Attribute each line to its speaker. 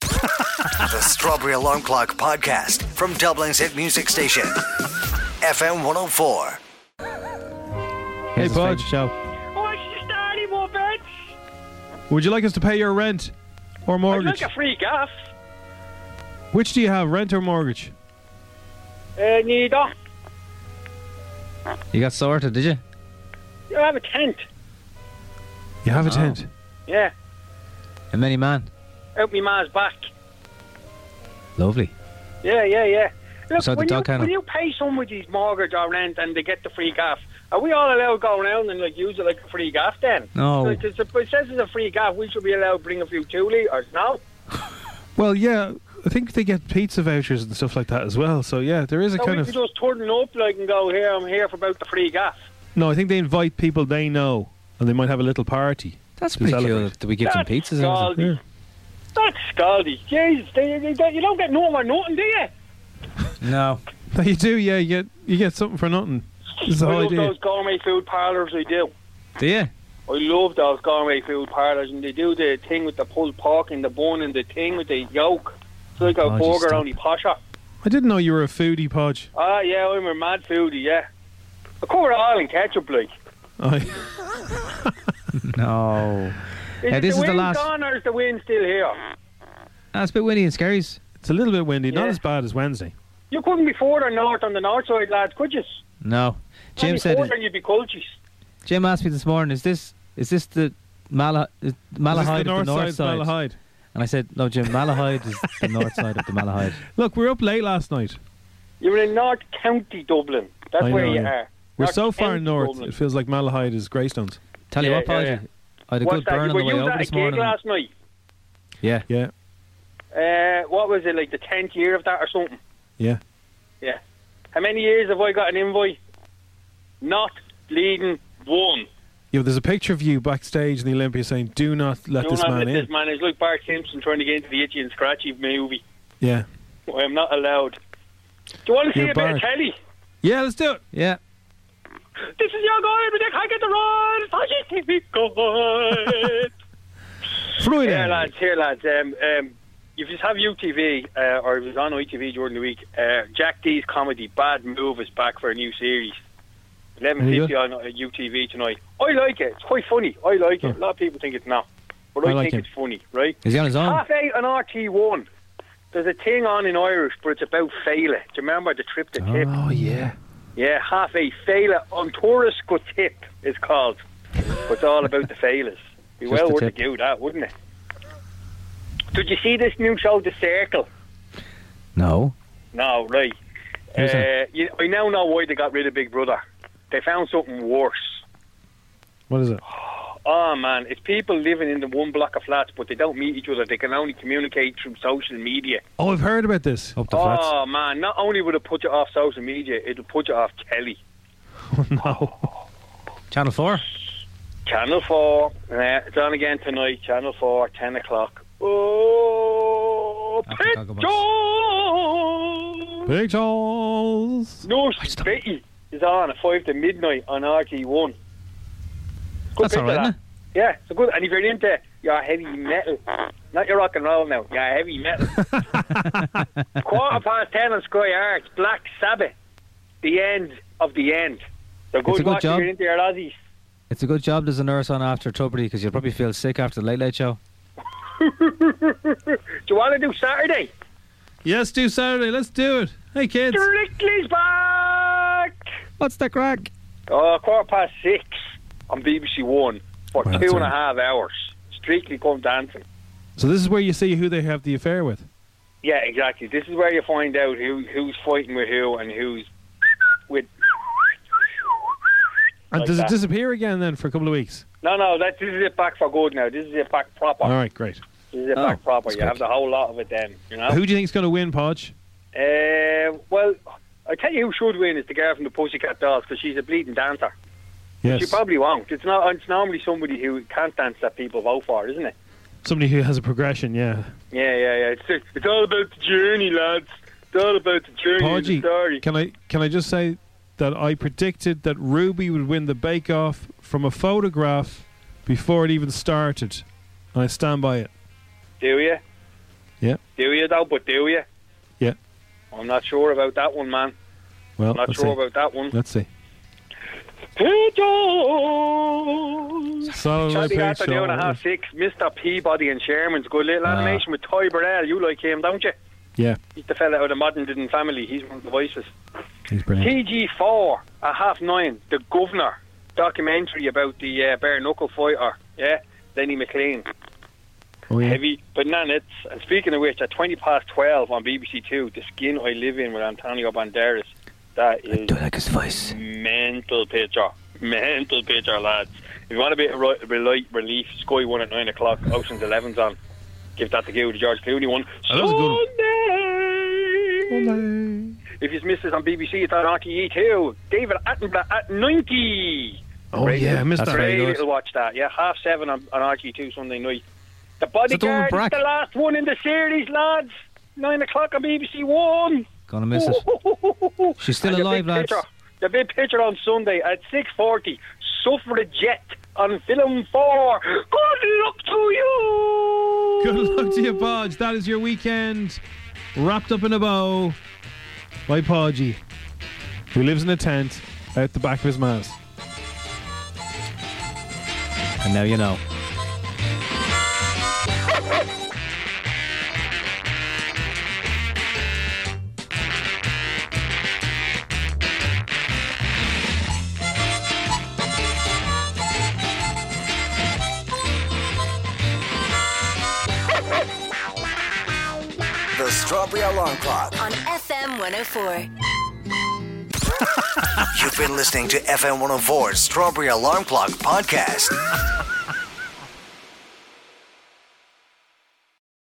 Speaker 1: The Strawberry Alarm Clock Podcast from Dublin's hit music station, FM 104.
Speaker 2: Hey,
Speaker 3: This is
Speaker 2: Pudge.
Speaker 3: Favorite show.
Speaker 4: What's the story, Muppets?
Speaker 2: Would you like us to pay your rent or
Speaker 4: I'd
Speaker 2: mortgage?
Speaker 4: like a free gaff.
Speaker 2: Which do you have, rent or mortgage?
Speaker 4: Uh, neither.
Speaker 3: You got sorted, did you?
Speaker 4: You have a tent.
Speaker 2: You have a tent.
Speaker 4: Yeah,
Speaker 3: A mini man.
Speaker 4: out me ma's back.
Speaker 3: Lovely.
Speaker 4: Yeah, yeah, yeah. Look,
Speaker 3: So the
Speaker 4: when,
Speaker 3: dog
Speaker 4: you,
Speaker 3: kennel.
Speaker 4: when you pay somebody's mortgage or rent and they get the free gaff, are we all allowed to go around and like use it like a free gaff then?
Speaker 3: No.
Speaker 4: Like, 'cause if it says it's a free gaff, we should be allowed to bring a few two litres, no?
Speaker 2: Well, yeah, I think they get pizza vouchers and stuff like that as well. So yeah, there is a
Speaker 4: So
Speaker 2: kind
Speaker 4: Oh, we
Speaker 2: of
Speaker 4: can just turn up like and go, here, I'm here for about the free gaff.
Speaker 2: no. I think they invite people they know, and they might have a little party.
Speaker 3: That's
Speaker 2: to
Speaker 3: pretty
Speaker 2: celebrate.
Speaker 3: cool. Do we give them
Speaker 4: That's
Speaker 3: pizzas? or
Speaker 4: God.
Speaker 3: something?
Speaker 2: Yeah.
Speaker 4: That's scaldy. Jesus, they, they, they, you don't get no more nothing, do you?
Speaker 3: No.
Speaker 2: No, you do. Yeah, you get you get something for nothing. This is the
Speaker 4: I
Speaker 2: whole
Speaker 4: love
Speaker 2: idea.
Speaker 4: those gourmet food parlours, we do.
Speaker 3: Do you?
Speaker 4: I love those gourmet food parlours, and they do the thing with the pulled pork and the bun and the thing with the yolk. It's like a
Speaker 3: Oh, just
Speaker 4: burger
Speaker 3: stop.
Speaker 4: only posher.
Speaker 2: I didn't know you were a foodie, Podge.
Speaker 4: Ah, yeah, I'm a mad foodie, yeah. I cover it all in ketchup, like.
Speaker 2: I,
Speaker 3: Oh, No.
Speaker 4: Is
Speaker 3: Yeah,
Speaker 4: it
Speaker 3: this
Speaker 4: the
Speaker 3: is the
Speaker 4: wind
Speaker 3: last-
Speaker 4: gone or is the wind still here?
Speaker 3: That's a bit windy and scaries.
Speaker 2: it's a little bit windy. Not
Speaker 4: Yeah.
Speaker 2: as bad as Wednesday.
Speaker 4: You couldn't be further north on the north side, lads, could you?
Speaker 3: No. Jim
Speaker 4: Any
Speaker 3: said.
Speaker 4: further, you'd be cultures.
Speaker 3: Jim asked me this morning, "Is this is this the Mala is
Speaker 2: Is
Speaker 3: Malahide
Speaker 2: this the north
Speaker 3: of the north side?"
Speaker 2: Malahide.
Speaker 3: And I said, "No, Jim. Malahide is the north side of the Malahide."
Speaker 2: Look, we were up late last night.
Speaker 4: You were in North County Dublin. That's
Speaker 2: I
Speaker 4: where
Speaker 2: know,
Speaker 4: you
Speaker 2: yeah.
Speaker 4: are.
Speaker 2: We're
Speaker 4: North
Speaker 2: so far
Speaker 4: County
Speaker 2: north,
Speaker 4: Dublin.
Speaker 2: it feels like Malahide is Greystones.
Speaker 3: Tell you
Speaker 4: Yeah,
Speaker 3: what,
Speaker 4: yeah,
Speaker 3: Paul,
Speaker 4: yeah.
Speaker 3: I had a
Speaker 4: What's
Speaker 3: good
Speaker 4: that?
Speaker 3: burn on
Speaker 4: Were
Speaker 3: the way
Speaker 4: you
Speaker 3: over
Speaker 4: at a
Speaker 3: this
Speaker 4: gig
Speaker 3: morning.
Speaker 4: last night?
Speaker 3: Yeah,
Speaker 2: Yeah,
Speaker 4: Uh, what was it, like the 10th year of that or something?
Speaker 2: yeah.
Speaker 4: Yeah. How many years have I got an invoice? Not leading one.
Speaker 2: Yeah, but there's a picture of you backstage in the Olympia saying, "Do not let
Speaker 4: Do
Speaker 2: this
Speaker 4: not
Speaker 2: man
Speaker 4: let
Speaker 2: in."
Speaker 4: this man is like Bart Simpson trying to get into the itchy and scratchy movie.
Speaker 2: Yeah,
Speaker 4: I am not allowed. Do you want to see
Speaker 2: You're
Speaker 4: a bit
Speaker 2: Bart.
Speaker 4: of telly?
Speaker 2: yeah. Let's do it.
Speaker 3: yeah.
Speaker 4: This is your guy, but I can't get the Oh, run. Positive God.
Speaker 2: Friday.
Speaker 4: Here, lads, here, lads. Um, um, if you have UTV uh, or if it's on ITV during the week, uh, Jack D's comedy Bad Move is back for a new series. Eleven
Speaker 2: Very
Speaker 4: fifty on uh, UTV tonight. I like it. It's quite funny. I like it. A lot of people think it's not, but I,
Speaker 2: I like
Speaker 4: think
Speaker 2: it.
Speaker 4: it's funny. Right?
Speaker 3: Is he on his own?
Speaker 4: Half eight on RT one. There's a thing on in Irish, but it's about Fela. Do you remember the trip to Tip?
Speaker 2: Oh yeah.
Speaker 4: Yeah, half eight. Fela on Taurus go Tip is called. But it's all about the Felas. Be
Speaker 3: Just
Speaker 4: well
Speaker 3: the
Speaker 4: worth a
Speaker 3: tip.
Speaker 4: go, that wouldn't it? Did you see this new show, The Circle?
Speaker 3: No.
Speaker 4: No, right.
Speaker 3: Who's
Speaker 4: Uh,
Speaker 3: that?
Speaker 4: you, I now know why they got rid of Big Brother. They found something worse.
Speaker 2: What is it?
Speaker 4: Oh man, it's people living in the one block of flats, but they don't meet each other. They can only communicate through social media.
Speaker 2: Oh, I've heard about this.
Speaker 3: Up the flats.
Speaker 4: Oh man, not only will it put you off social media, it'll put you off telly.
Speaker 2: Oh no.
Speaker 3: Channel Four.
Speaker 4: Channel 4. Uh, it's on again tonight, Channel 4, 10 o'clock. Oh,
Speaker 3: After
Speaker 4: Pet
Speaker 3: Gogglebox.
Speaker 4: Jones!
Speaker 2: Big Charles.
Speaker 4: Nurse Betty is on at 5 to midnight on RT1. Good
Speaker 3: That's
Speaker 4: bit
Speaker 3: all
Speaker 4: of that.
Speaker 3: right, isn't it?
Speaker 4: Yeah, so good. And if you're into your heavy metal, not your rock and roll now, your heavy metal. Quarter past 10 on Sky Arts, Black Sabbath, the end of the end. So good
Speaker 3: a good
Speaker 4: watch if
Speaker 3: job.
Speaker 4: you're into your Aussies.
Speaker 3: It's a good job there's a nurse on after Tuberty because you'll probably feel sick after the late late show.
Speaker 4: Do you want to do Saturday?
Speaker 2: Yes, do Saturday. Let's do it. Hey, kids.
Speaker 4: Strictly's back!
Speaker 3: What's the crack?
Speaker 4: Oh, quarter past six on BBC One for
Speaker 2: Wow, that's
Speaker 4: two and a
Speaker 2: early.
Speaker 4: half hours. Strictly come dancing.
Speaker 2: So this is where you see who they have the affair with.
Speaker 4: Yeah, exactly. This is where you find out who who's fighting with who and who's with.
Speaker 2: And
Speaker 4: Like
Speaker 2: does
Speaker 4: that.
Speaker 2: it disappear again then for a couple of weeks?
Speaker 4: No, no, that this is it back for good now. This is it back proper.
Speaker 2: All right, great.
Speaker 4: This is it
Speaker 3: Oh,
Speaker 4: back proper.
Speaker 3: that's
Speaker 4: You
Speaker 3: good.
Speaker 4: have the whole lot of it then, you know?
Speaker 2: Who do you think's going to win, Podge?
Speaker 4: Uh, well, I tell you who should win is the girl from the Pussycat Dolls because she's a bleeding dancer.
Speaker 2: Yes.
Speaker 4: She probably won't. It's not. It's normally somebody who can't dance that people vote for, isn't it?
Speaker 2: Somebody who has a progression, yeah.
Speaker 4: Yeah, yeah, yeah. It's, just, it's all about the journey, lads. It's all about the journey. and
Speaker 2: Podgy,
Speaker 4: the story.
Speaker 2: can I can I just say that I predicted that Ruby would win the Bake Off from a photograph before it even started, and I stand by it.
Speaker 4: Do you?
Speaker 2: Yeah,
Speaker 4: Do you though? But do you?
Speaker 2: yeah.
Speaker 4: I'm not sure about that one, man.
Speaker 2: Well,
Speaker 4: I'm not
Speaker 2: let's
Speaker 4: sure
Speaker 2: see.
Speaker 4: about that one.
Speaker 2: Let's see.
Speaker 4: Pigeons.
Speaker 2: Solid
Speaker 4: Saturday
Speaker 2: Olympic
Speaker 4: afternoon at
Speaker 2: shot.
Speaker 4: half six. Mr. Peabody and Sherman's good little animation with Ty Burrell. You like him, don't you?
Speaker 2: Ah. Yeah,
Speaker 4: He's the fella out of the Modern Didn't Family. He's one of the voices.
Speaker 3: He's brilliant.
Speaker 4: TG4 at half nine, The Governor, documentary about the uh, bare knuckle fighter, yeah, Lenny McLean.
Speaker 2: oh, yeah.
Speaker 4: Heavy bananas. And speaking of which, at 20 past 12 on BBC Two, The Skin I Live In with Antonio Banderas. That is
Speaker 3: like his voice.
Speaker 4: mental picture. Mental picture, lads. If you want a bit of re- relight relief, Sky 1 at 9 o'clock, Ocean's 11's on. Give that to go the George Clooney one.
Speaker 2: Oh, that was a good one.
Speaker 4: Sunday. If you miss this on BBC, it's on RTE too. David Attenborough at 90.
Speaker 2: Oh yeah, I missed
Speaker 3: That's
Speaker 2: that.
Speaker 3: very
Speaker 4: Great
Speaker 3: good.
Speaker 4: little watch that. Yeah, half seven on, on RTE2 Sunday night. The
Speaker 3: that the one with
Speaker 4: Bodyguard is
Speaker 3: Brack?
Speaker 4: the last one in the series, lads. Nine o'clock on BBC One.
Speaker 3: Gonna miss it. She's still
Speaker 4: And the
Speaker 3: alive,
Speaker 4: big
Speaker 3: lads.
Speaker 4: Picture, the big picture on Sunday at 6.40. Suffragette on film four. Good luck to you.
Speaker 2: Good luck to you, Podge. That is your weekend wrapped up in a bow by Podgy, who lives in a tent out the back of his mass.
Speaker 3: And now you know.
Speaker 1: The Strawberry Alarm Clock.
Speaker 5: on FM 104.
Speaker 1: You've been listening to FM 104's Strawberry Alarm Clock podcast.